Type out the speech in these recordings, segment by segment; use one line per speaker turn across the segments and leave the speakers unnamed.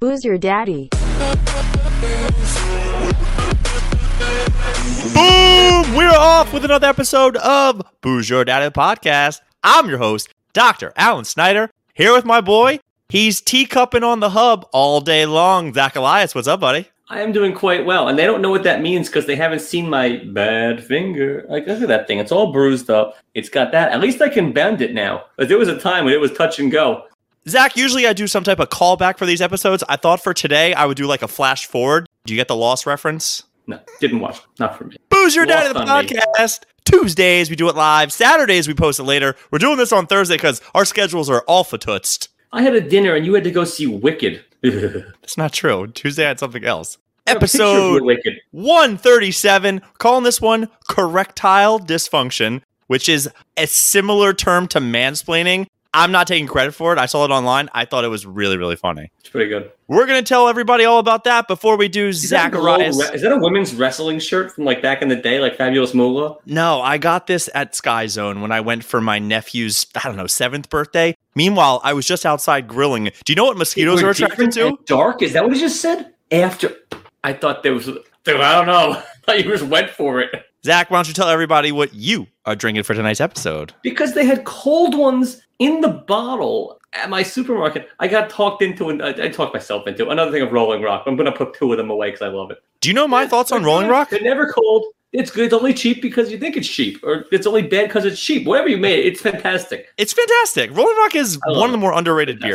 Who's your daddy?
Boom! We're off with another episode of Booze Your Daddy Podcast. I'm your host, Dr. Alan Snyder, here with my boy. He's teacupping on the hub all day long. Zach Elias, what's up, buddy?
I am doing quite well, and they don't know what that means because they haven't seen my bad finger. Like, look at that thing; it's all bruised up. It's got that. At least I can bend it now. But there was a time when it was touch and go.
Zach, usually I do some type of callback for these episodes. I thought for today I would do like a flash forward. Do you get the lost reference?
No, didn't watch. Not for me.
Booze Your Daddy, the
Lost on me.
podcast. Tuesdays, we do it live. Saturdays, we post it later. We're doing this on Thursday because our schedules are alpha tootsed.
I had a dinner, and you had to go see Wicked. Episode
That's not true. Tuesday, I had something else. Episode
Wicked.
137 calling this one correctile dysfunction which is a similar term to mansplaining i'm not taking credit for it i saw it online i thought it was really really funny
It's pretty good.
we're going to tell everybody all about that before we do
Is that a glow
zacharias
re- is that a women's wrestling shirt from like back in the day, like Fabulous Moolah?
no i got this at sky zone when i went for my nephew's i don't know seventh birthday meanwhile i was just outside grilling do you know what mosquitoes
We're
are attracted
different
to
and Dark? Is that what he just said? After I thought there was. Dude, I don't know. I just went for it.
zach why don't you tell everybody what you are drinking for tonight's episode
because they had cold ones in the bottle at my supermarket. I got talked into, an, I I talked myself into another thing of Rolling Rock. I'm gonna put two of them away because I love it.
do you know my thoughts on rolling rock
They're never cold. It's good. It's only cheap because you think it's cheap, or it's only bad because it's cheap. Whatever you made, it's fantastic,
It's fantastic. Rolling Rock is
I love
one of the
it.
more underrated
Fantastic.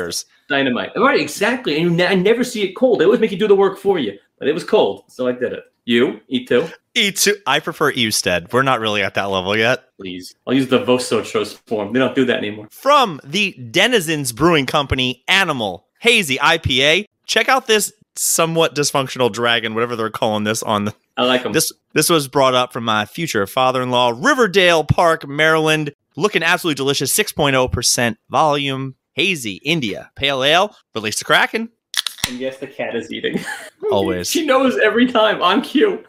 beers.
dynamite. Right, exactly. And you ne- I never see it cold. They always make you do the work for you, but it was cold, so I did it. You eat too,
E2, E I prefer Eusted. We're not really at that level yet.
please. I'll use the Vosotros form. They don't do that anymore.
From the Denizens Brewing Company Animal Hazy IPA, check out this somewhat dysfunctional dragon, whatever they're calling this on the
I like them.
This this was brought up from my future father-in-law, Riverdale Park, Maryland. Looking absolutely delicious, 6.0% volume, hazy India Pale Ale, released the Kraken.
and yes, the cat is eating.
Always.
she knows every time on cue.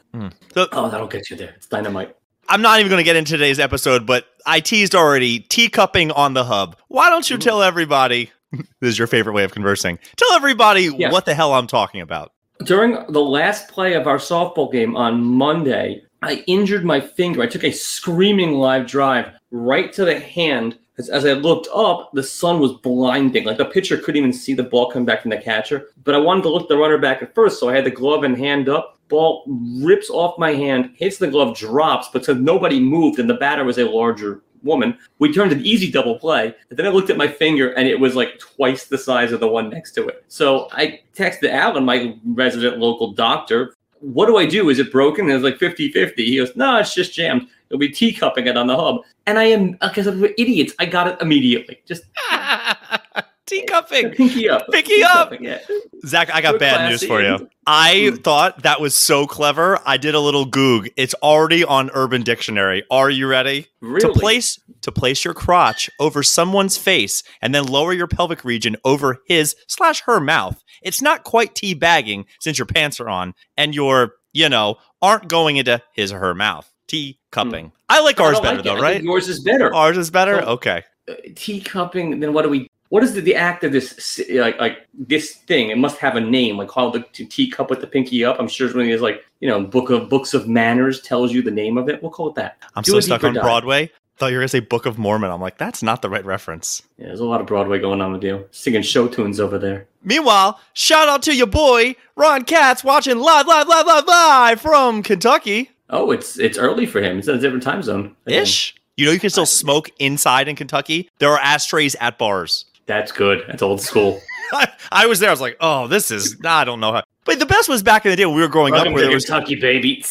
So
Oh, that'll get you there. It's dynamite.
I'm not even going to get into today's episode, but I teased already teacupping on the hub. Why don't you
Mhm.
tell everybody? this is your favorite way of conversing. Tell everybody
Yeah.
what the hell I'm talking about.
During the last play of our softball game on Monday, I injured my finger. I took a screaming live drive right to the hand. As, as I looked up, the sun was blinding. Like the pitcher couldn't even see the ball come back from the catcher. But I wanted to look the runner back at first, so I had the glove and hand up. Ball rips off my hand, hits the glove, drops, but since nobody moved and the batter was a larger woman, we turned an easy double play. And then I looked at my finger and it was like twice the size of the one next to it. So I texted Alan, my resident local doctor, what do I do? Is it broken? And it was like 50 50. He goes, no, it's just jammed. It'll be teacupping it on the hub. And I am, uh, because I'm idiots, I got it immediately. Just
teacupping.
pinky up.
Pinky up.
Teacupping, yeah.
Zach, I got
We're
bad news
classy
for you.
and-
I
Mm.
thought that was so clever. I did a little goog. It's already on Urban Dictionary. Are you ready?
Really?
To place to place your crotch over someone's face and then lower your pelvic region over his slash her mouth. It's not quite tea bagging since your pants are on and your you know aren't going into his or her mouth. Tea cupping. I like
Hmm. I
ours
don't
better
like it. I
though,
think
right?
Yours is better.
Ours is better.
So-
Okay.
teacupping, then what do we? What is the, the act of this si- like like this thing? It must have a name, like called the t- teacup with the pinky up. I'm sure it's one of these like you know book of books of manners tells you the name of it. We'll call it that.
I'm
Do
so
a
stuck
deeper
on
dive.
Broadway. Thought you were gonna say Book of Mormon. I'm like, that's not the right reference.
Yeah, there's a lot of Broadway going on with you, singing show tunes over there.
Meanwhile, shout out to your boy Ron Katz watching live, live, live, live, live from Kentucky.
Oh, it's it's early for him. It's in a different time zone. Okay.
ish. You know, you can still smoke inside in Kentucky. There are ashtrays at bars.
That's good. That's old school.
I, I was there. I was like, oh, this is, I don't know how. But the best was back in the day when we were growing
Welcome
up where
to
there was
Kentucky, baby.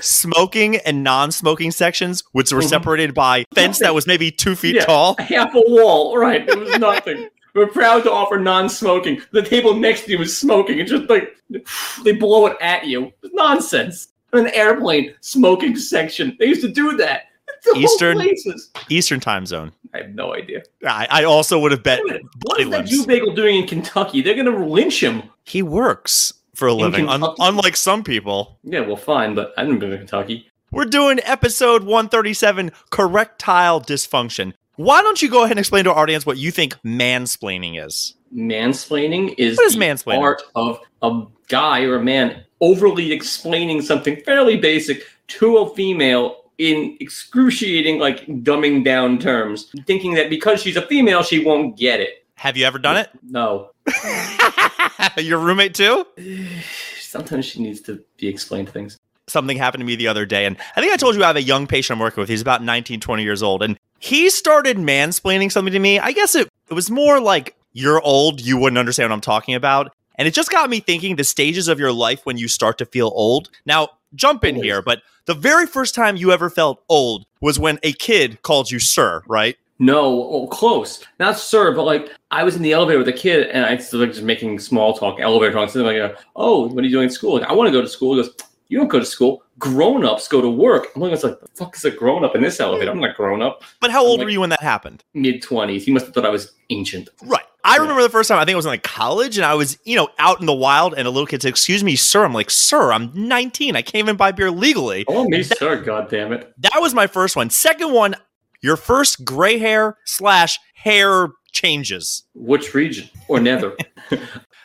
smoking and non smoking sections, which were
Mhm.
separated by fence that was maybe two feet
Yeah.
tall.
Half a wall, right? It was nothing. We're proud to offer non-smoking. The table next to you is smoking. It's just like they blow it at you. It's nonsense. An airplane smoking section. They used to do that. It's the whole
Eastern-
places.
Eastern time zone.
I have no idea.
I, I also would have bet
Wait a minute. What
bloody
is that
lips.
Jew bagel doing in Kentucky? They're gonna lynch him.
he works for a living, un-
Kentucky?
unlike some people.
Yeah, well, fine, but I didn't go to Kentucky.
We're doing episode 137 correctile dysfunction. Why don't you go ahead and explain to our audience what you think mansplaining is?
Mansplaining is,
What is
the
mansplaining?
art of a guy or a man overly explaining something fairly basic to a female in excruciating, like dumbing down terms, thinking that because she's a female, she won't get it.
Have you ever done it?
No.
Your roommate too?
Sometimes she needs to be explained things.
Something happened to me the other day, and I think I told you I have a young patient I'm working with. He's about 19, 20 years old, and he started mansplaining something to me. I guess it, it was more like, you're old, you wouldn't understand what I'm talking about. And it just got me thinking the stages of your life when you start to feel old. Now, jump in here, but the very first time you ever felt old was when a kid called you sir, right?
No, oh, close. Not sir, but like I was in the elevator with a kid and I was like just making small talk, elevator talk. So like, uh, oh, what are you doing at school? Like, I want to go to school. He goes, you don't go to school. Grown ups go to work. I'm looking at like, the fuck is a grown up in this elevator? I'm not grown up.
But how old
Like-
were you when that happened?
Mid 20s. He must have thought I was ancient.
Right. I
Yeah.
remember the first time, I think it was in like college, and I was, you know, out in the wild, and a little kid said, Excuse me, sir. I'm like, Sir, I'm 19. I can't even buy beer legally.
Oh, me, sir. God damn it.
That was my first one. Second one, your first gray hair slash hair changes.
Which region or nether?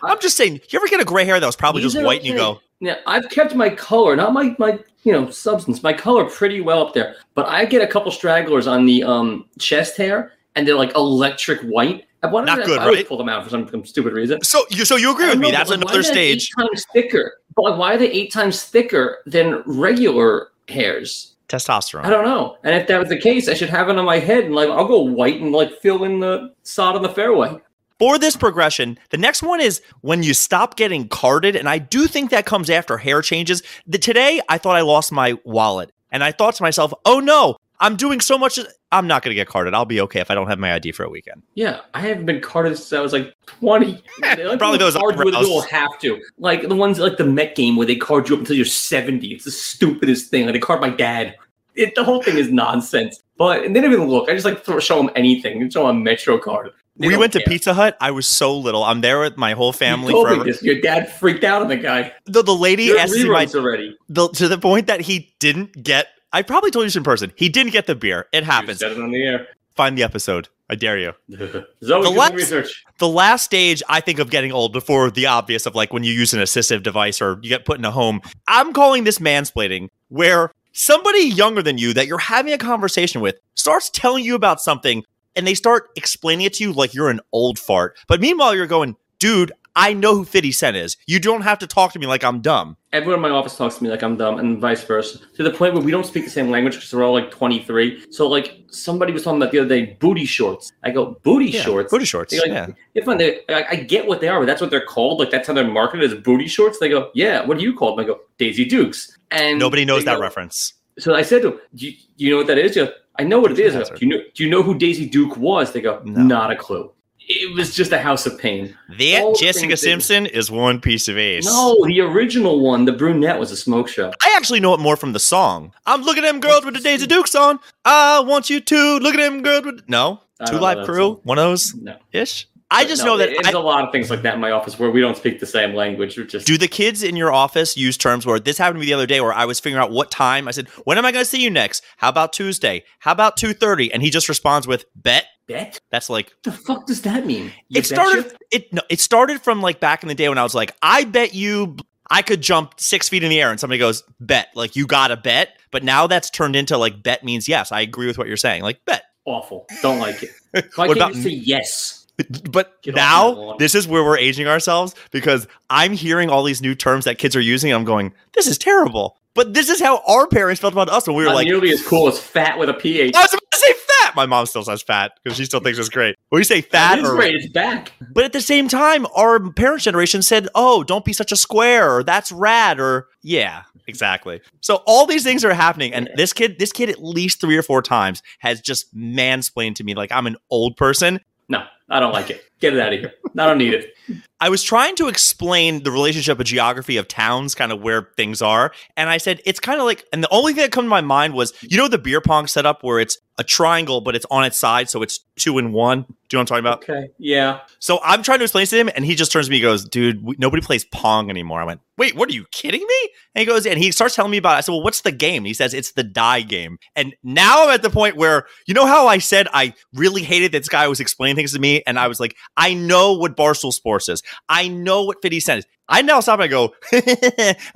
I'm just saying, you ever get a gray hair that was probably
These
just
are
white and you
okay.
go,
Now I've kept my color, not my my you know substance, my color pretty well up there. But I get a couple stragglers on the um chest hair, and they're like electric white. I wanted
Not
to
good,
I always
right?
pull them out for some, some stupid reason.
So you so you agree
I
with
don't
me.
know,
That's
but why
another
are they
stage.
Eight times thicker. But like, why are they eight times thicker than regular hairs? I
Testosterone.
don't know. And if that was the case, I should have it on my head, and like I'll go white and like fill in the sod on the fairway.
For this progression, the next one is when you stop getting carded, and I do think that comes after hair changes. The, today, I thought I lost my wallet, and I thought to myself, "Oh no, I'm doing so much. I'm not going to get carded. I'll be okay if I don't have my ID for a weekend."
Yeah, I haven't been carded since I was like 20. They like
Probably
to
those
card you
eyebrows.
will have to. Like the ones like the Met game where they card you up until you're 70. It's the stupidest thing. Like they card my dad. It, the whole thing is nonsense. But and they don't even look. I just like throw, show them anything. Just show them a MetroCard. They
we
don't
went to
care.
Pizza Hut. I was so little. I'm there with my whole
You
family
told me
forever.
this. Your dad freaked out on the guy.
The, the lady
You're
asked me my
reruns already.
the, to the point that he didn't get. I probably told you this in person. He didn't get the beer. It
You
happens.
said it on the air.
Find the episode. I dare you.
Zoe, do
last-
some research.
the last stage I think of getting old before the obvious of like when you use an assistive device or you get put in a home. I'm calling this mansplaining where somebody younger than you that you're having a conversation with starts telling you about something and they start explaining it to you like you're an old fart. But meanwhile you're going, "Dude, I know who 50 Cent is. You don't have to talk to me like I'm dumb."
Everyone in my office talks to me like I'm dumb, and vice versa. To the point where we don't speak the same language because we're all like 23. So like somebody was talking about the other day, booty shorts. I go booty shorts.
Booty shorts.
They're like,
yeah.
They're fun. They, I, I get what they are, but that's what they're called. Like that's how they're marketed as booty shorts. They go, yeah. What do you call them? I go Daisy Dukes. And
Nobody knows
they
that
go-
reference.
So I said to them, do you, do you know what that is? They go, I know what it is. I go,
Hazard.
do you know? Do you know who Daisy Duke was? They go,
No.
not a clue. It was just a house of pain.
That
All the
Jessica
things they-
Simpson is one piece of ace.
No, the original one, the brunette, was a smoke show.
I actually know it more from the song. I'm looking at them girls with the Daisy Dukes on. I want you to look at them girls with no
I
two
don't know
live
that
crew
song.
one of those
No.
ish. I
But
just
no,
know that.
there is
I,
a lot of things like that in my office where we don't speak the same language. We're just
do the kids in your office use terms where this happened to me the other day where I was figuring out what time I said when am I going to see you next? How about Tuesday? How about two thirty? And he just responds with bet.
bet.
That's like
The fuck does that mean? You
it started. It no, it started from like back in the day when I was like I bet you. I could jump six feet in the air and somebody goes, bet. Like, you got to bet. But now that's turned into like, bet means yes. I agree with what you're saying. Like, bet.
awful. Don't like it. Why
What
can't
about
you say yes?
But
Get off my
now
lawn.
this is where we're aging ourselves because I'm hearing all these new terms that kids are using. And I'm going, this is terrible. But this is how our parents felt about us when we were
Not
like,
nearly as cool as fat with a ph.
I was about to say fat. My mom still says fat because she still thinks it's great. When you say
That
fat,
is
or,
great. It's back.
but at the same time, our parents' generation said, oh, don't be such a square or that's rad or yeah, exactly. So all these things are happening. And this kid, this kid at least three or four times has just mansplained to me like I'm an old person.
No, I don't like it. Get it out of here. I don't need it.
I was trying to explain the relationship of geography of towns, kind of where things are. And I said, it's kind of like, and the only thing that come to my mind was, you know, the beer pong setup where it's a triangle, but it's on its side. So it's two and one. Do you know what I'm talking about?
Okay. Yeah.
So I'm trying to explain this to him, and he just turns to me and goes, Dude, we, nobody plays Pong anymore. I went, Wait, what are you kidding me? And he goes, And he starts telling me about it. I said, Well, what's the game? And he says, It's the die game. And now I'm at the point where, you know how I said I really hated that this guy was explaining things to me? And I was like, I know what Barstool Sports is, I know what 50 Cent is. I now stop and I go,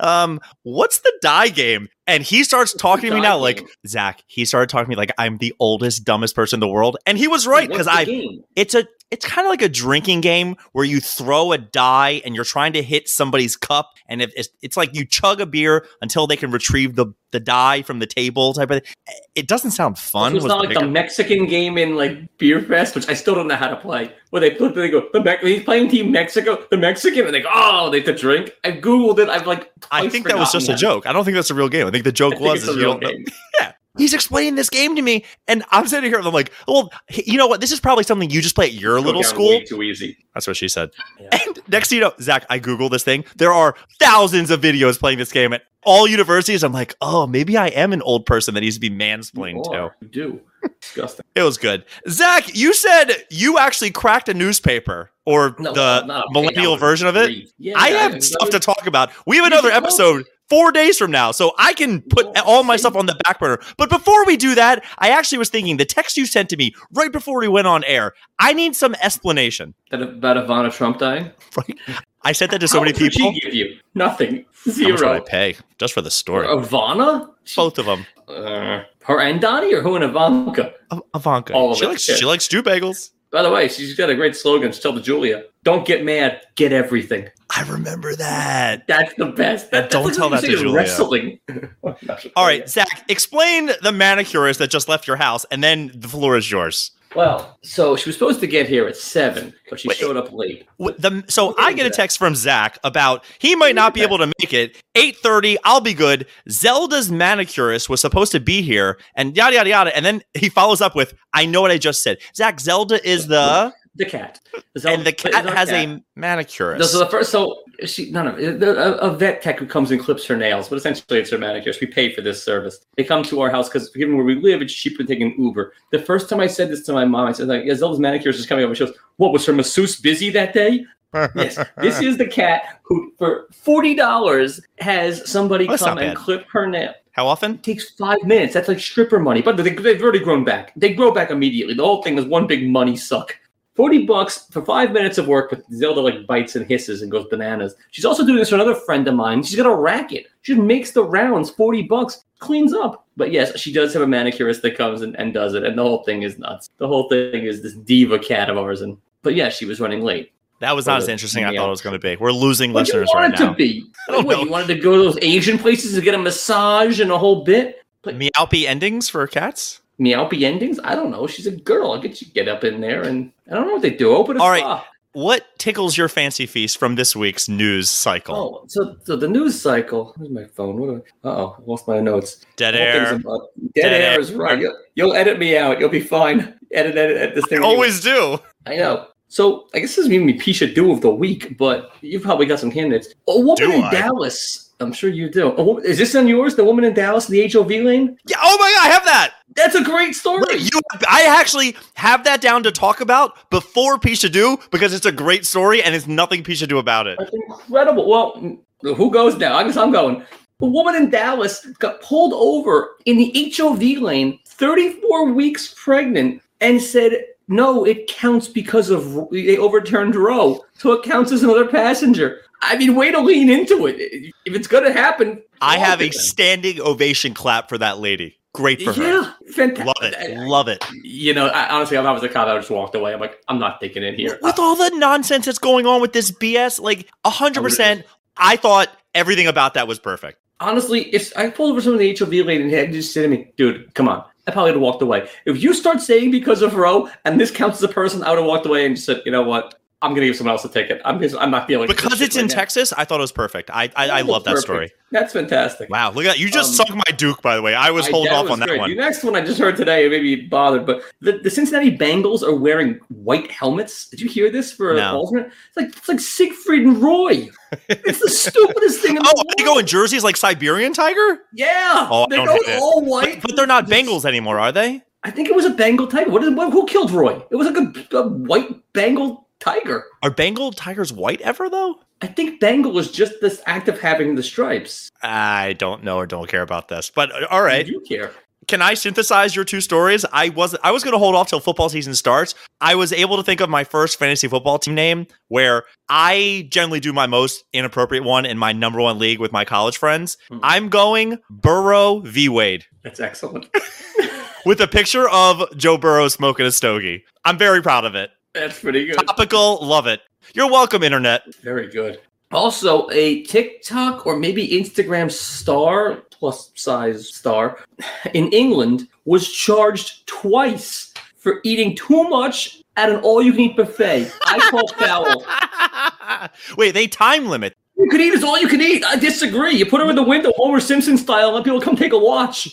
um, what's the die game? And he starts talking to me
die
now,
game?
like, Zach, he started talking to me like I'm the oldest, dumbest person in the world. And he was right, because
What's the
I
game?
it's a it's kind of like a drinking game where you throw a die and you're trying to hit somebody's cup and if it's, it's like you chug a beer until they can retrieve the the die from the table type of thing. Eh, It doesn't sound fun.
So it's
was
not
the
like the
bigger-
Mexican game in like Beer Fest, which I still don't know how to play. Where they flip, they go, the Me- he's playing Team Mexico, the Mexican, and they go, oh, they have to drink. I googled it. I've like,
I
twice
think that was
forgotten
just a
that.
joke. I don't think that's a real game. I think the joke
I think
was
it's
is
a
you
real
don't know-
game.
he's explaining this game to me, and I'm sitting here. and I'm like, well, h- you know what? This is probably something you just play at your
Go
little
down
school.
way too easy.
That's what she said.
Yeah.
And next thing you know, Zach, I Google this thing. There are thousands of videos playing this game at all universities. I'm like, oh, maybe I am an old person that needs to be mansplained
You
to.
are. You do. Disgusting.
It was good. Zach, you said you actually cracked a newspaper or
No,
the
not a
millennial
payout.
version of it.
Yeah,
I
yeah,
have
it's
stuff
another-
to talk about. We have
You
another
should post.
episode four days from now, so I can put
Yes.
all my stuff on the back burner. But before we do that, I actually was thinking the text you sent to me right before we went on air. I need some explanation.
That about Ivana Trump dying.
I sent that to so many
How much would
people.
She give you nothing.
How much would I
Zero. Oh,
pay just for the story?
Ivana.
Both of them.
Uh, her and Donnie, or who and Ivanka.
Ivanka.
All of
she
it,
likes
yeah.
she likes stew bagels.
By the way, she's got a great slogan. She's tell the Julia, "Don't get mad, get everything."
I remember that.
That's the best. That,
Don't
that's
tell
like
that to Julia.
Wrestling. Oh,
All right, Zach, explain the manicurist that just left your house, and then the floor is yours.
Well, so she was supposed to get here at seven, but she
Wait.
showed up late.
W- The, so
Okay,
I get a
Zach.
text from Zach about he might not be
Okay.
able to make it. Eight thirty, I'll be good. Zelda's manicurist was supposed to be here, and yada yada yada. And then he follows up with, "I know what I just said." Zach, Zelda is the
The cat.
and the cat has a manicurist.
So the first, so she no no the- a, a vet tech who comes and clips her nails, but essentially it's her manicurist. We pay for this service. They come to our house because given where we live, it's cheaper to take an Uber. The first time I said this to my mom, I said like, yeah, Zelda's manicurist is coming over. She goes, "What was her masseuse busy that day?" yes, this is the cat who for forty dollars has somebody
That's
come
not
and
bad.
clip her nail.
How often?
takes five minutes. That's like stripper money. But they, they've already grown back. They grow back immediately. The whole thing is one big money suck. 40 bucks for five minutes of work with Zelda like bites and hisses and goes bananas. She's also doing this for another friend of mine. She's got a racket. She makes the rounds, 40 bucks, cleans up. But yes, she does have a manicurist that comes and, and does it. And the whole thing is nuts. The whole thing is this diva cat of ours. And But yeah, she was running late.
That was
For
not
the
as interesting as I
nail.
thought it was going to be. We're losing
What you
listeners right
want it
now.
to be?
I don't
What,
know.
you wanted to go to those Asian places to get a massage and a whole bit? But
Meowpy endings for cats.
meowpy endings. I don't know. She's a girl. I get you get up in there and I don't know what they do. Open a
All right.
spa.
What tickles your fancy feast from this week's news cycle?
Oh, so so the news cycle. Where's my phone? What? Uh oh, I lost my notes.
Dead
The whole thing's
air.
about- Dead,
Dead
air,
air.
is right. You'll, you'll edit me out. You'll be fine. Edit, edit, edit this
I
thing.
always do.
I know. So I guess this is even me Pisha do of the week, but you probably got some candidates. A woman
Do
in
I?
Dallas. I'm sure you do. A wo- is this on yours? The woman in Dallas, in the HOV lane.
Yeah, oh my god, I have that.
That's a great story.
Wait, you, I actually have that down to talk about before Pisha Do because it's a great story and it's nothing Pisha Do about it.
That's incredible. Well, m- who goes now? I guess I'm going. A woman in Dallas got pulled over in the HOV lane, 34 weeks pregnant, and said, no, it counts because of they overturned Roe, so it counts as another passenger. I mean, way to lean into it. If it's going to happen,
I have a
Yeah,
standing ovation clap for that lady. Great for her.
yeah, fantastic.
Love it. Love it.
You know, I, honestly, if I was a cop, I would just walked away. I'm like, I'm not taking it here.
With all the nonsense that's going on with this BS, like 100%, I thought everything about that was perfect.
honestly, if I pulled over someone in the HOV lane and he just said to me, dude, come on, I probably would have walked away. If you start saying because of Roe and this counts as a person, I would have walked away and just said, you know what? I'm gonna give someone else a ticket. I'm just, I'm not feeling
because
this
it's
shit
in
right now.
Texas. I thought it was perfect. I I, I
That was
love that
perfect.
story.
That's fantastic.
Wow, look at that. You just
Um,
sunk my Duke, by the way. I was
I-
holding
that
off
was
on that
great.
one.
The next one I just heard today, it made me bothered, but the, the Cincinnati Bengals are wearing white helmets. Did you hear this for
No.
alternate? It's like it's like Siegfried and Roy. It's the stupidest thing. In
Oh,
the
they
world.
go in jerseys like Siberian Tiger,
Yeah,
Oh, I
they
don't
go
hate that.
all white,
but, but they're not
This-
Bengals anymore, are they?
I think it was a Bengal tiger. What is what, who killed Roy? It was like a, a white Bengal tiger.
Are Bengal Tigers white ever though?
I think Bengal was just this act of having the stripes.
I don't know or don't care about this. But uh, all right,
Do you care?
can I synthesize your two stories? I was I was going to hold off till football season starts. I was able to think of my first fantasy football team name where I generally do my most inappropriate one in my number one league with my college friends.
Hmm.
I'm going Burrow v Wade
That's excellent.
with a picture of Joe Burrow smoking a stogie. I'm very proud of it.
That's pretty good.
Topical, love it. You're welcome, internet.
Very good. Also, a TikTok or maybe Instagram star, plus size star, in England was charged twice for eating too much at an all you can eat buffet. I call foul.
Wait, they time limit.
You can eat is all you can eat. I disagree. You put her in the window, Homer Simpson style, and let people come take a watch.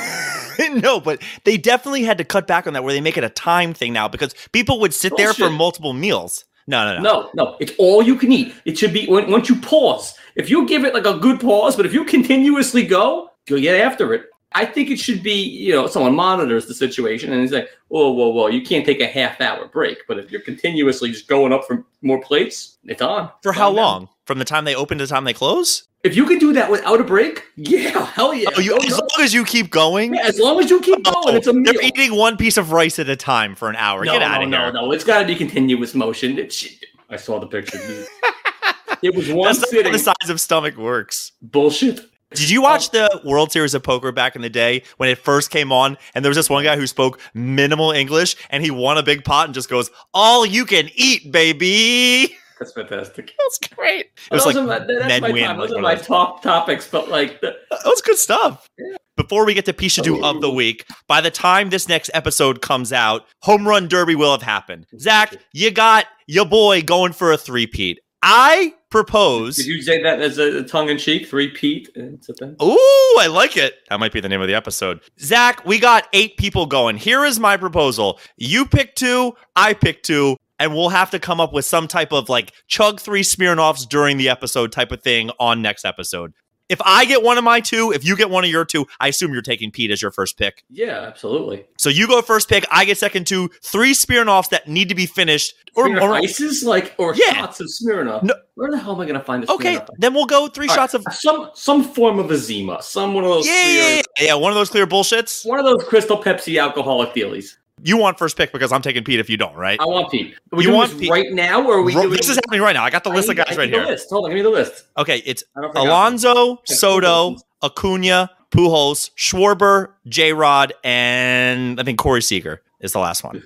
no, but they definitely had to cut back on that where they make it a time thing now because people would sit there for
Bullshit.
multiple meals. No, no, no.
No, no, it's all you can eat. It should be when, once you pause. If you give it like a good pause, but if you continuously go, you'll get after it. I think it should be, you know, someone monitors the situation and is like, whoa, whoa, whoa, you can't take a half hour break. But if you're continuously just going up for more plates, it's on.
For
It's
how
on now.
long? From the time they open to the time they close?
If you can do that without a break, yeah, hell yeah.
Oh, you,
Don't
as
know.
long as you keep going,
Yeah, as long as you keep going,
Oh,
it's a meal.
they're eating one piece of rice at a time for an hour.
no,
Get
no,
out of
no,
here.
no, it's got to be continuous motion. It, shit. I saw the picture. it was one
That's not how
sitting.
the size of stomach works.
Bullshit.
Did you watch
Oh.
the World Series of Poker back in the day when it first came on? And there was this one guy who spoke minimal English and he won a big pot and just goes, All you can eat, baby.
That's fantastic.
That's great. It was
Those
like,
are my, that-
Ned
that's my
Wynn
top,
was
those are
one
my
of those.
top topics, but like the,
that was good stuff. Before we get to Pisha Do of the
Ooh.
Week, by the time this next episode comes out, Home Run Derby will have happened. Zach, you got your boy going for a three-peat. I propose.
did you say that as a tongue in cheek? Three Pete. It's a
Oh.
thing.
Ooh, I like it. That might be the name of the episode. Zach, we got eight people going. Here is my proposal. You pick two, I pick two, and we'll have to come up with some type of like chug three Smirnoffs during the episode type of thing on next episode. If I get one of my two, if you get one of your two, I assume you're taking Pete as your first pick.
Yeah, absolutely.
So you go first pick, I get second two, three Smirnoffs that need to be finished. Or,
Or,
or-
ices like or
Yeah.
shots of Smirnoff.
No-
Where the hell am I gonna find this?
okay, then we'll go three
All right.
shots of.
some some form of azima, some one of those
Yeah,
clear-
yeah, yeah, yeah, one of those clear bullshits.
one of those crystal Pepsi alcoholic dealies.
You want first pick because I'm taking Pete if you don't, right?
I want Pete. Are we
You
doing
want
this
Pete?
right now, or are we
Ro-
doing
this is happening right now. I got the
I
list of
need- I
guys
need
right
the
here.
List. Hold on, give me the list.
Okay, it's
I don't think I got it.
Alonzo,
Yeah,
Soto,
Alonzo.
Acuna, Pujols, Schwarber, J. Rod, and I think Corey Seager is the last one,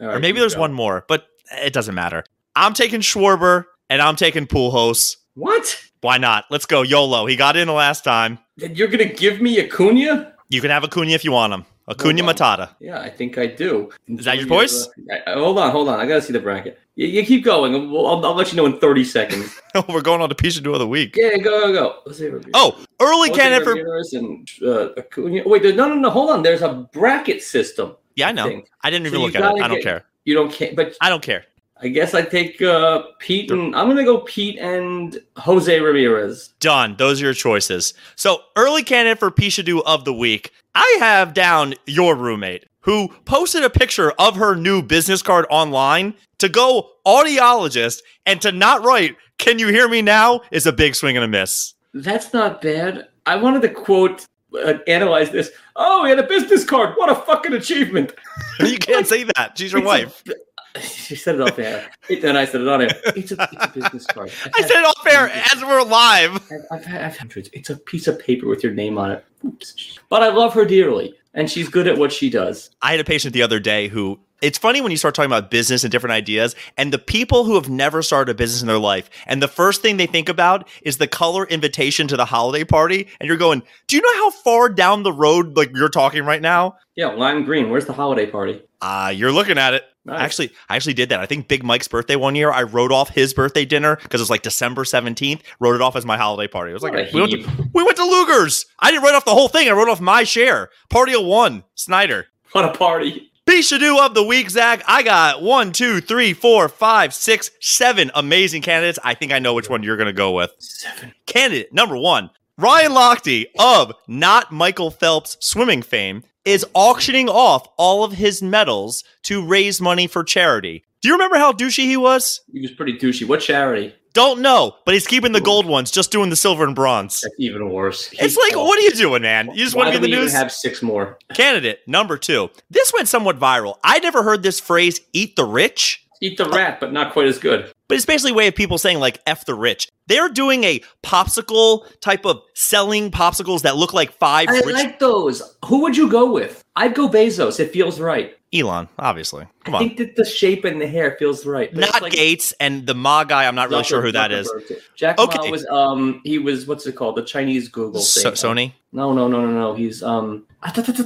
All
or
right,
maybe
keep
there's
going.
one more, but it doesn't matter. I'm taking Schwarber and I'm taking Pujols.
What?
Why not? Let's go YOLO. He got in the last time.
Then you're gonna give me Acuna?
You can have Acuna if you want him. Acuna
Hold
Matata.
Yeah, I think I do.
Is that your choice?
uh, I- I- hold on, hold on. I gotta see the bracket. You, you keep going. We'll- I'll, I'll let you know in thirty seconds.
We're going on to Piece of the Week.
Yeah, go go go. Let's see.
Oh, early candidate for.
Ramirez and uh, Acuna. Wait, there- no, no, no. Hold on. There's a bracket system.
Yeah, I know.
thing.
I didn't
So
even
you
look at it.
gotta
I don't
get-
care.
You don't care, but
I don't care.
I guess I take uh, Pete and I'm gonna go Pete and Jose Ramirez.
Done. Those are your choices. So early candidate for Pishadu of the week. I have down your roommate who posted a picture of her new business card online to go audiologist and to not write, can you hear me now? is a big swing and a miss.
That's not bad. I wanted to quote. Uh, analyze this. Oh, he had a business card. What a fucking achievement.
You can't say that. She's your
It's a
wife.
bu- She said it off air. It, and I said it on air. It's a, it's a business card. I've
I
had-
said it off air as we're live.
I've, I've, had, I've had hundreds. It's a piece of paper with your name on it. Oops. But I love her dearly, and she's good at what she does.
I had a patient the other day who it's funny when you start talking about business and different ideas and the people who have never started a business in their life and the first thing they think about is the color invitation to the holiday party and you're going do you know how far down the road like you're talking right now
Yeah, lime green. Where's the holiday party?
uh you're looking at it
Nice.
Actually, I actually did that. I think Big Mike's birthday one year, I wrote off his birthday dinner because it was like December 17th, wrote it off as my holiday party. It was like,
What a
we went,
heave.
to, we went to Luger's. I didn't write off the whole thing. I wrote off my share. Party of one, Snyder.
what a party.
Piece of do of the week, Zach. I got one, two, three, four, five, six, seven amazing candidates. I think I know which one you're going to go with.
Seven.
Candidate number one, Ryan Lochte of not Michael Phelps swimming fame, is auctioning off all of his medals to raise money for charity. Do you remember how douchey he was?
He was pretty douchey. What charity?
Don't know, but he's keeping the gold ones, just doing the silver and bronze.
That's even worse. He-
It's like, what are you doing, man? You just
Why
want to be
do
in
we
the news?
even Have six more.
Candidate number two. This went somewhat viral. I never heard this phrase, eat the rich.
Eat the rat, but not quite as good.
But it's basically a way of people saying like F the rich. They're doing a popsicle type of selling popsicles that look like five
I
rich
like those. Who would you go with? I'd go Bezos. It feels right.
Elon, obviously. Come
I
on.
think that the shape and the hair feels right. But it's
Not
like
Gates and the Ma guy, I'm not really sure who that is.
Zuckerberg. Jack
Okay.
Ma was um he was what's it called? The Chinese Google
So,
thing.
Sony.
No, no, no, no, no. He's um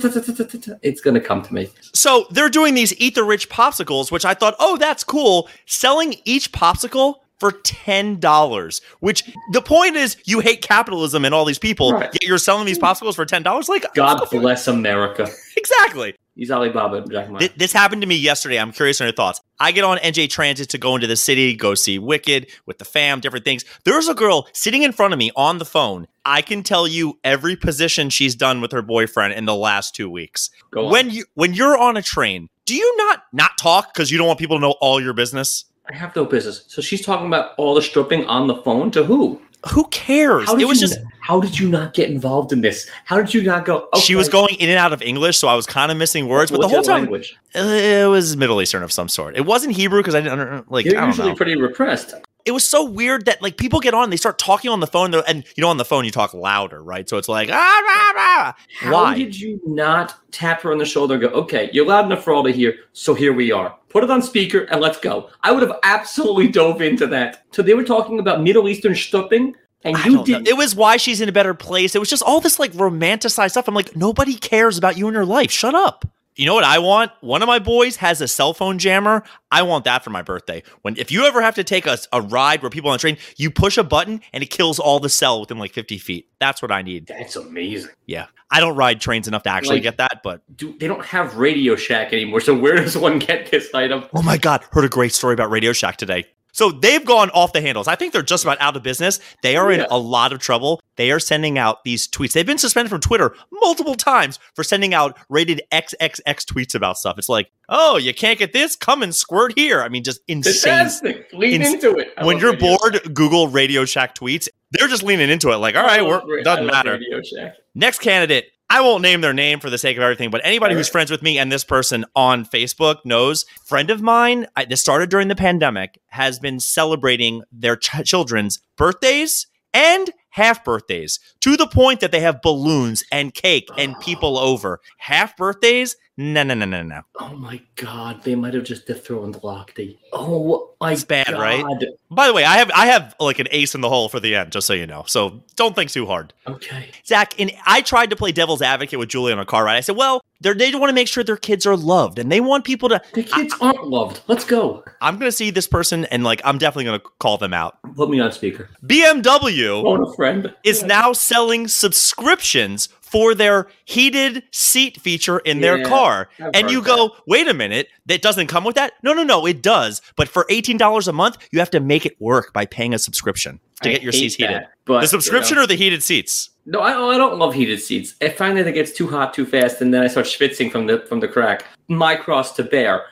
it's gonna come to me.
So they're doing these eat the rich popsicles, which I thought, oh, that's cool. Selling each popsicle for ten dollars. Which the point is, you hate capitalism and all these people,
Right.
yet you're selling these popsicles for ten dollars. Like
God bless America.
exactly.
He's Alibaba and Jack Ma.
Th- this happened to me yesterday. I'm curious on your thoughts. I get on NJ Transit to go into the city, go see Wicked with the fam, different things. There's a girl sitting in front of me on the phone. I can tell you every position she's done with her boyfriend in the last two weeks.
Go on.
When you when you're on a train, do you not not talk because you don't want people to know all your business?
I have no business. So she's talking about all the stripping on the phone to who?
Who cares?
How did
It was
you,
just
how did you not get involved in this? How did you not go?
she
okay,
was going in and out of English, so I was kind of missing words. But the
what's
whole
your
time,
language?
uh, it was Middle Eastern of some sort. It wasn't Hebrew because I didn't under- like. I
You're
don't
usually
know.
pretty repressed.
it was so weird that like people get on they start talking on the phone they're- and you know on the phone you talk louder right so it's like ah, rah, rah."
How
why
did you not tap her on the shoulder and go, okay, you're loud enough for all to hear, so here we are. Put it on speaker and let's go. I would have absolutely dove into that. So they were talking about Middle Eastern stupping, and
I
you
don't know.
did.
It was why she's in a better place. It was just all this like romanticized stuff. I'm like, nobody cares about you and your life. Shut up. You know what I want? One of my boys has a cell phone jammer. I want that for my birthday. When if you ever have to take a, a ride where people on a train, you push a button and it kills all the cell within like 50 feet. That's what I need.
That's amazing.
Yeah. I don't ride trains enough to actually
Like-
get that, but
Do, they don't have Radio Shack anymore, so where does one get this item?
Oh my God, heard a great story about Radio Shack today. So they've gone off the handles. I think they're just about out of business. They are in
Oh, Yeah.
a lot of trouble. They are sending out these tweets. They've been suspended from Twitter multiple times for sending out rated XXX tweets about stuff. It's like, oh, you can't get this? Come and squirt here. I mean, just insane.
Fantastic. Lean
Ins-
into it. I
When
love
you're
Radio Shack.
bored, Google Radio Shack tweets. They're just leaning into it. Like, all
I
right,
love
we're,
Ra- I
doesn't
love
matter.
Radio Shack.
Next candidate, I won't name their name for the sake of everything, but anybody who's
Alright.
friends with me and this person on Facebook knows. Friend of mine, I, this started during the pandemic, has been celebrating their ch- children's birthdays and half birthdays to the point that they have balloons and cake and people over. Half birthdays? No, no, no, no, no.
Oh my god, they might have just dethroned Lochte. Oh my
It's bad,
god.
right? By the way, I have I have like an ace in the hole for the end, just so you know. So don't think too hard.
Okay.
Zach, and I tried to play devil's advocate with Julie on a car ride. I said, well, they're, they want to make sure their kids are loved and they want people to.
The kids aren't loved. Let's go.
I'm going to see this person and like, I'm definitely going to call them out.
Put me on speaker.
BMW
Phone a friend.
is now selling subscriptions for their heated seat feature in their
Yeah,
car.
I've
And you
heard
go, wait a minute, that doesn't come with that? No, no, no, it does. But for $18 a month, you have to make it work by paying a subscription to
I
get your
hate
seats
that,
heated.
But
The subscription or the heated seats?
no, I, oh, I don't love heated seats. I find that it gets too hot too fast, and then I start schwitzing from the from the crack. My cross to bear.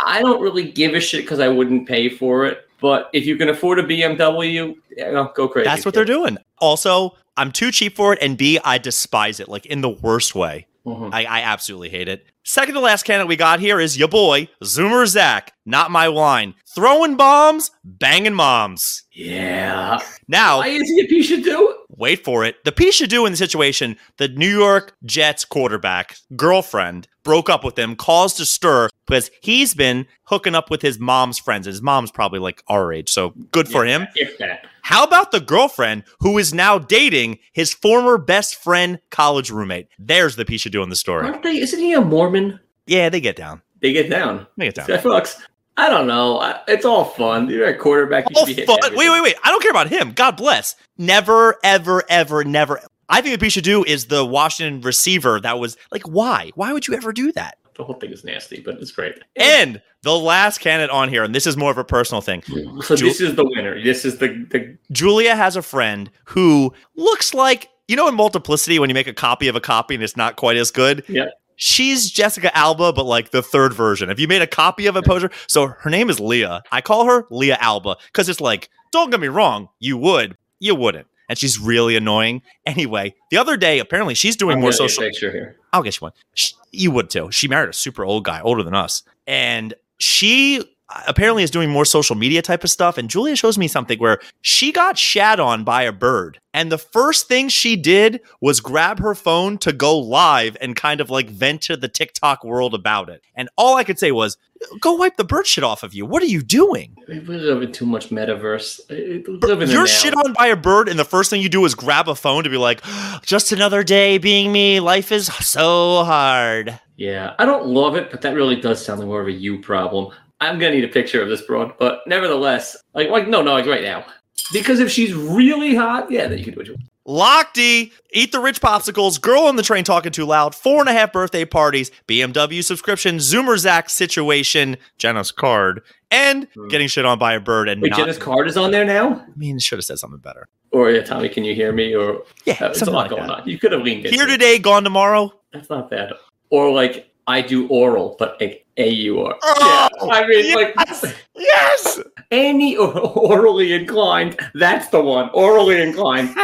I don't really give a shit because I wouldn't pay for it. But if you can afford a BMW, you know, go crazy.
That's what they're doing. Also, I'm too cheap for it, and B, I despise it, like in the worst way.
Mhm.
I, I absolutely hate it. Second to last candidate we got here is your boy, Zoomer Zach, not my wine. Throwing bombs, banging moms.
Yeah.
Now,
Why is it you should do?
wait for it. The piece you do in the situation, the New York Jets quarterback girlfriend broke up with him, caused a stir because he's been hooking up with his mom's friends. His mom's probably like our age, so good for him.
If that.
How about the girlfriend who is now dating his former best friend, college roommate? There's the piece you do in the story.
Aren't they? Isn't he a Mormon?
Yeah, they get down.
They get down.
They get down.
That fucks. I don't know. I- It's all fun. You're a quarterback. You
Oh,
should be hitting
fuck. Wait,
everything.
wait, wait. I don't care about him. God bless. Never, ever, ever, never. I think what we should do is the Washington receiver that was like, why? Why would you ever do that?
The whole thing is nasty, but it's great.
And the last candidate on here, and this is more of a personal thing.
so this is the winner. This is the, the
Julia has a friend who looks like, you know, in multiplicity, when you make a copy of a copy and it's not quite as good,
yeah.
she's Jessica Alba, but like the third version. If you made a copy of a poster, so her name is Leah. I call her Leah Alba because it's like, don't get me wrong, you would, you wouldn't. And she's really annoying. Anyway, the other day, apparently she's doing
I'm
more
gonna get a
social.
picture here.
I'll get you one. Sh you would too. She married a super old guy, older than us, and she uh, apparently is doing more social media type of stuff. And Julia shows me something where she got shat on by a bird, and the first thing she did was grab her phone to go live and kind of like vent to the TikTok world about it. And all I could say was, "Go wipe the bird shit off of you. What are you doing?"
We live in too much metaverse. It- we live in the
You're
now.
shit on by a bird, and the first thing you do is grab a phone to be like, "Just another day being me. Life is so hard."
Yeah, I don't love it, but that really does sound like more of a you problem. I'm gonna need a picture of this broad, but nevertheless, like, like no, no, like right now, because if she's really hot, yeah, then you can do what you want.
Lochte, eat the rich popsicles, girl on the train talking too loud, four and a half birthday parties, BMW subscription, Zoomer Zach situation, Jenna's card, and
Hmm.
getting shit on by a bird and
Wait,
not.
Jenna's card is on there now,
I mean, should have said something better.
or yeah, Tommy, can you hear me? Or
Yeah,
uh, it's a
something
lot
like
going
that.
on. You could have leaned into
Here
it.
today, gone tomorrow.
That's not bad. Or like I do oral, but like A U R.
Oh,
yeah, I mean,
yes.
like
Yes.
any or- orally inclined. That's the one. Orally inclined.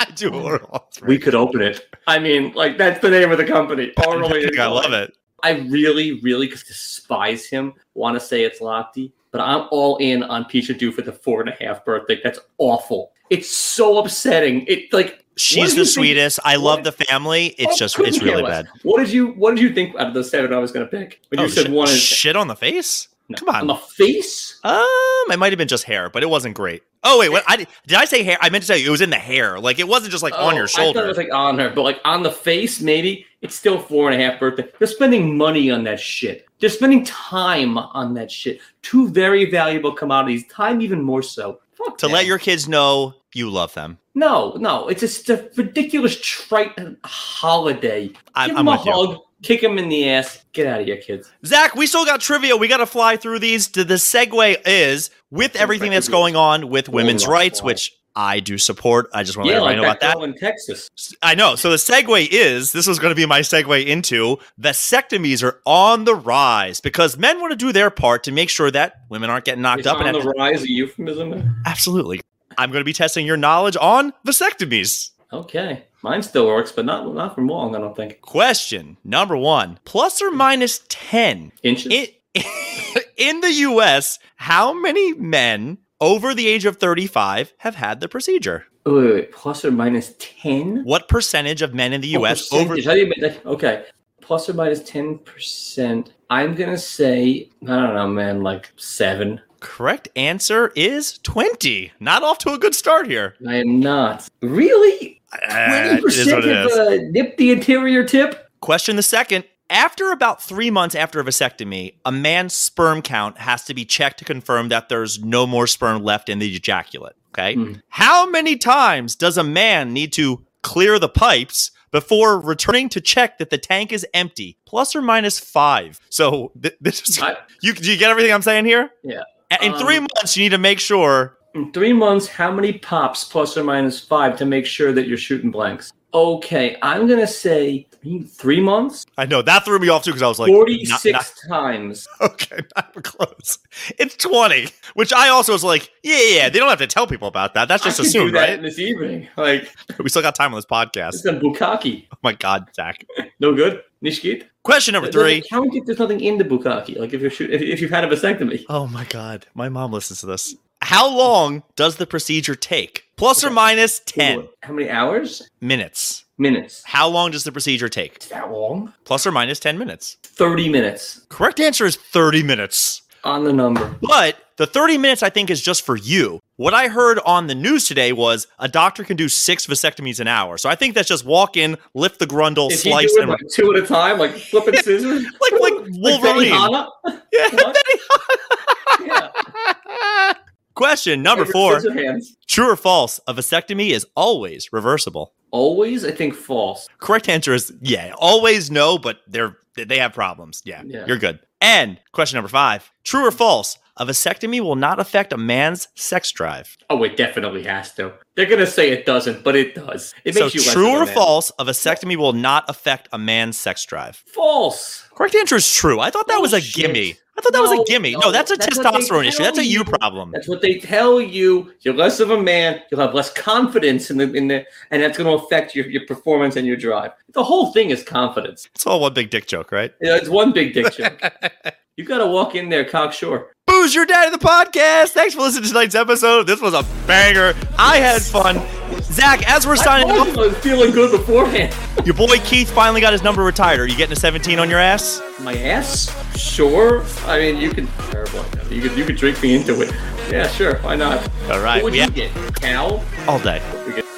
I do oral.
We could open it. I mean, like that's the name of the company. Orally inclined.
I love it.
I really, really despise him. Want to say it's Lofty, but I'm all in on Pisha Do for the four and a half birthday. That's awful. It's so upsetting. It like
She's the
did you think-
sweetest. I love
what-
the family. It's
I
just,
couldn't
it's
care
really
less.
bad.
What did you What did you think out of those seven I was going to pick? When you
Oh,
said
shit.
one, and
shit on the face.
No,
Come on.
on the face.
Um, it might have been just hair, but it wasn't great. Oh wait, what? I did I say hair? I meant to tell you it was in the hair. Like it wasn't just like on
Oh,
your
I thought it
shoulder.
was like on her, but like on the face, maybe it's still four and a half birthday. They're spending money on that shit. They're spending time on that shit. Two very valuable commodities. Time even more so. Fuck
to
them.
let your kids know you love them.
no, no. It's just a ridiculous trite holiday.
I,
Give
I'm
them a
with you.
hug. Kick them in the ass. Get out of here, kids.
Zach, we still got trivia. We got to fly through these. To the segue is with everything that's going on with women's
Hold on.
rights, which I do support. I just want to let
yeah, like
everybody know about
that
that.
girl in Texas.
I know. So the segue is this was going to be my segue into vasectomies are on the rise because men want to do their part to make sure that women aren't getting knocked
It's
up
on
and
the
have to
rise. A euphemism.
Absolutely. I'm going to be testing your knowledge on vasectomies.
Okay, mine still works, but not not for long. I don't think
Question number one plus or minus 10.
inches.
It, in the US, how many men over the age of 35 have had the procedure?
Wait, wait, wait, plus or minus 10?
What percentage of men in the US
Oh,
over.
percentage. How do you make that? Okay. Plus or minus 10%. I'm going to say, I don't know, man, like seven.
Correct answer is 20. Not off to a good start here.
I am not. Really?
Uh,
20%
it is what it
of
is.
uh, nip the interior tip?
Question the second. After about three months after a vasectomy, a man's sperm count has to be checked to confirm that there's no more sperm left in the ejaculate. Okay.
Hmm.
How many times does a man need to clear the pipes before returning to check that the tank is empty? Plus or minus five. So th- this is,
I-
you, do you get everything I'm saying here?
Yeah.
A- In three
Um,
months, you need to make sure.
In three months, how many pops plus or minus five to make sure that you're shooting blanks? Okay. I'm going to say three, three months,
I know that threw me off too because I was like, not-
46 times.
Okay, not even close. It's 20, which I also was like, yeah, yeah, yeah, they don't have to tell people about that. That's
I
just
could do
assumed,
that
right?
This evening. Like,
We still got time on this
it's
podcast.
a bukkake.
Oh my God, Zach.
No good. Nishkit.
Question number
Does
three.
it count if there's nothing in the bukkake? Like if you're shoot, if, if you've had a vasectomy.
Oh my God, my mom listens to this. How long does the procedure take? Plus or minus 10
How many hours?
minutes.
Minutes.
How long does the procedure take?
Is that long?
Plus or minus 10 minutes.
30 minutes
Correct answer is 30 minutes.
on the number.
But the 30 minutes, I think, is just for you. What I heard on the news today was a doctor can do six vasectomies an hour. So I think that's just walk in, lift the grundle,
If you
slice,
do it
and
like two at a time, like flipping scissors,
like like
like Benny
Wolverine.
Hanna?
Yeah,
What? yeah.
Question number
Like
four:
scissor hands.
True or false? A vasectomy is always reversible.
Always, I think false.
Correct answer is yeah. Always no, but they're they have problems. Yeah,
Yeah.
you're good. And question number five: True or false? A vasectomy will not affect a man's sex drive.
Oh, it definitely has to. They're gonna say it doesn't, but it does. It
So
makes you less
true
of a
or
man.
false? A vasectomy will not affect a man's sex drive.
False.
Correct answer is true. I thought that
Oh,
was a
shit.
gimme. I thought that was
No,
a gimme. No,
no,
that's a
that's what they
testosterone issue.
tell
That's a you
you.
problem.
That's what they tell you. You're less of a man. You'll have less confidence in the in the, and that's going to affect your, your performance and your drive. The whole thing is confidence.
It's all one big dick joke, right?
You know, It's one big dick joke. you got to walk in there cocksure.
Booze Your Dad of the podcast. Thanks for listening to tonight's episode. This was a banger. I had fun. Zach, as we're
I,
signing
told
off,
you I was feeling good beforehand.
your boy Keith finally got his number retired. Are you getting a 17 on your ass?
My ass? Sure. I mean, you can. Terrible. I know. You could you could drink me into it. Yeah, sure. Why not?
All right.
What would
we
you
have-
get? Cow.
all day.
We get-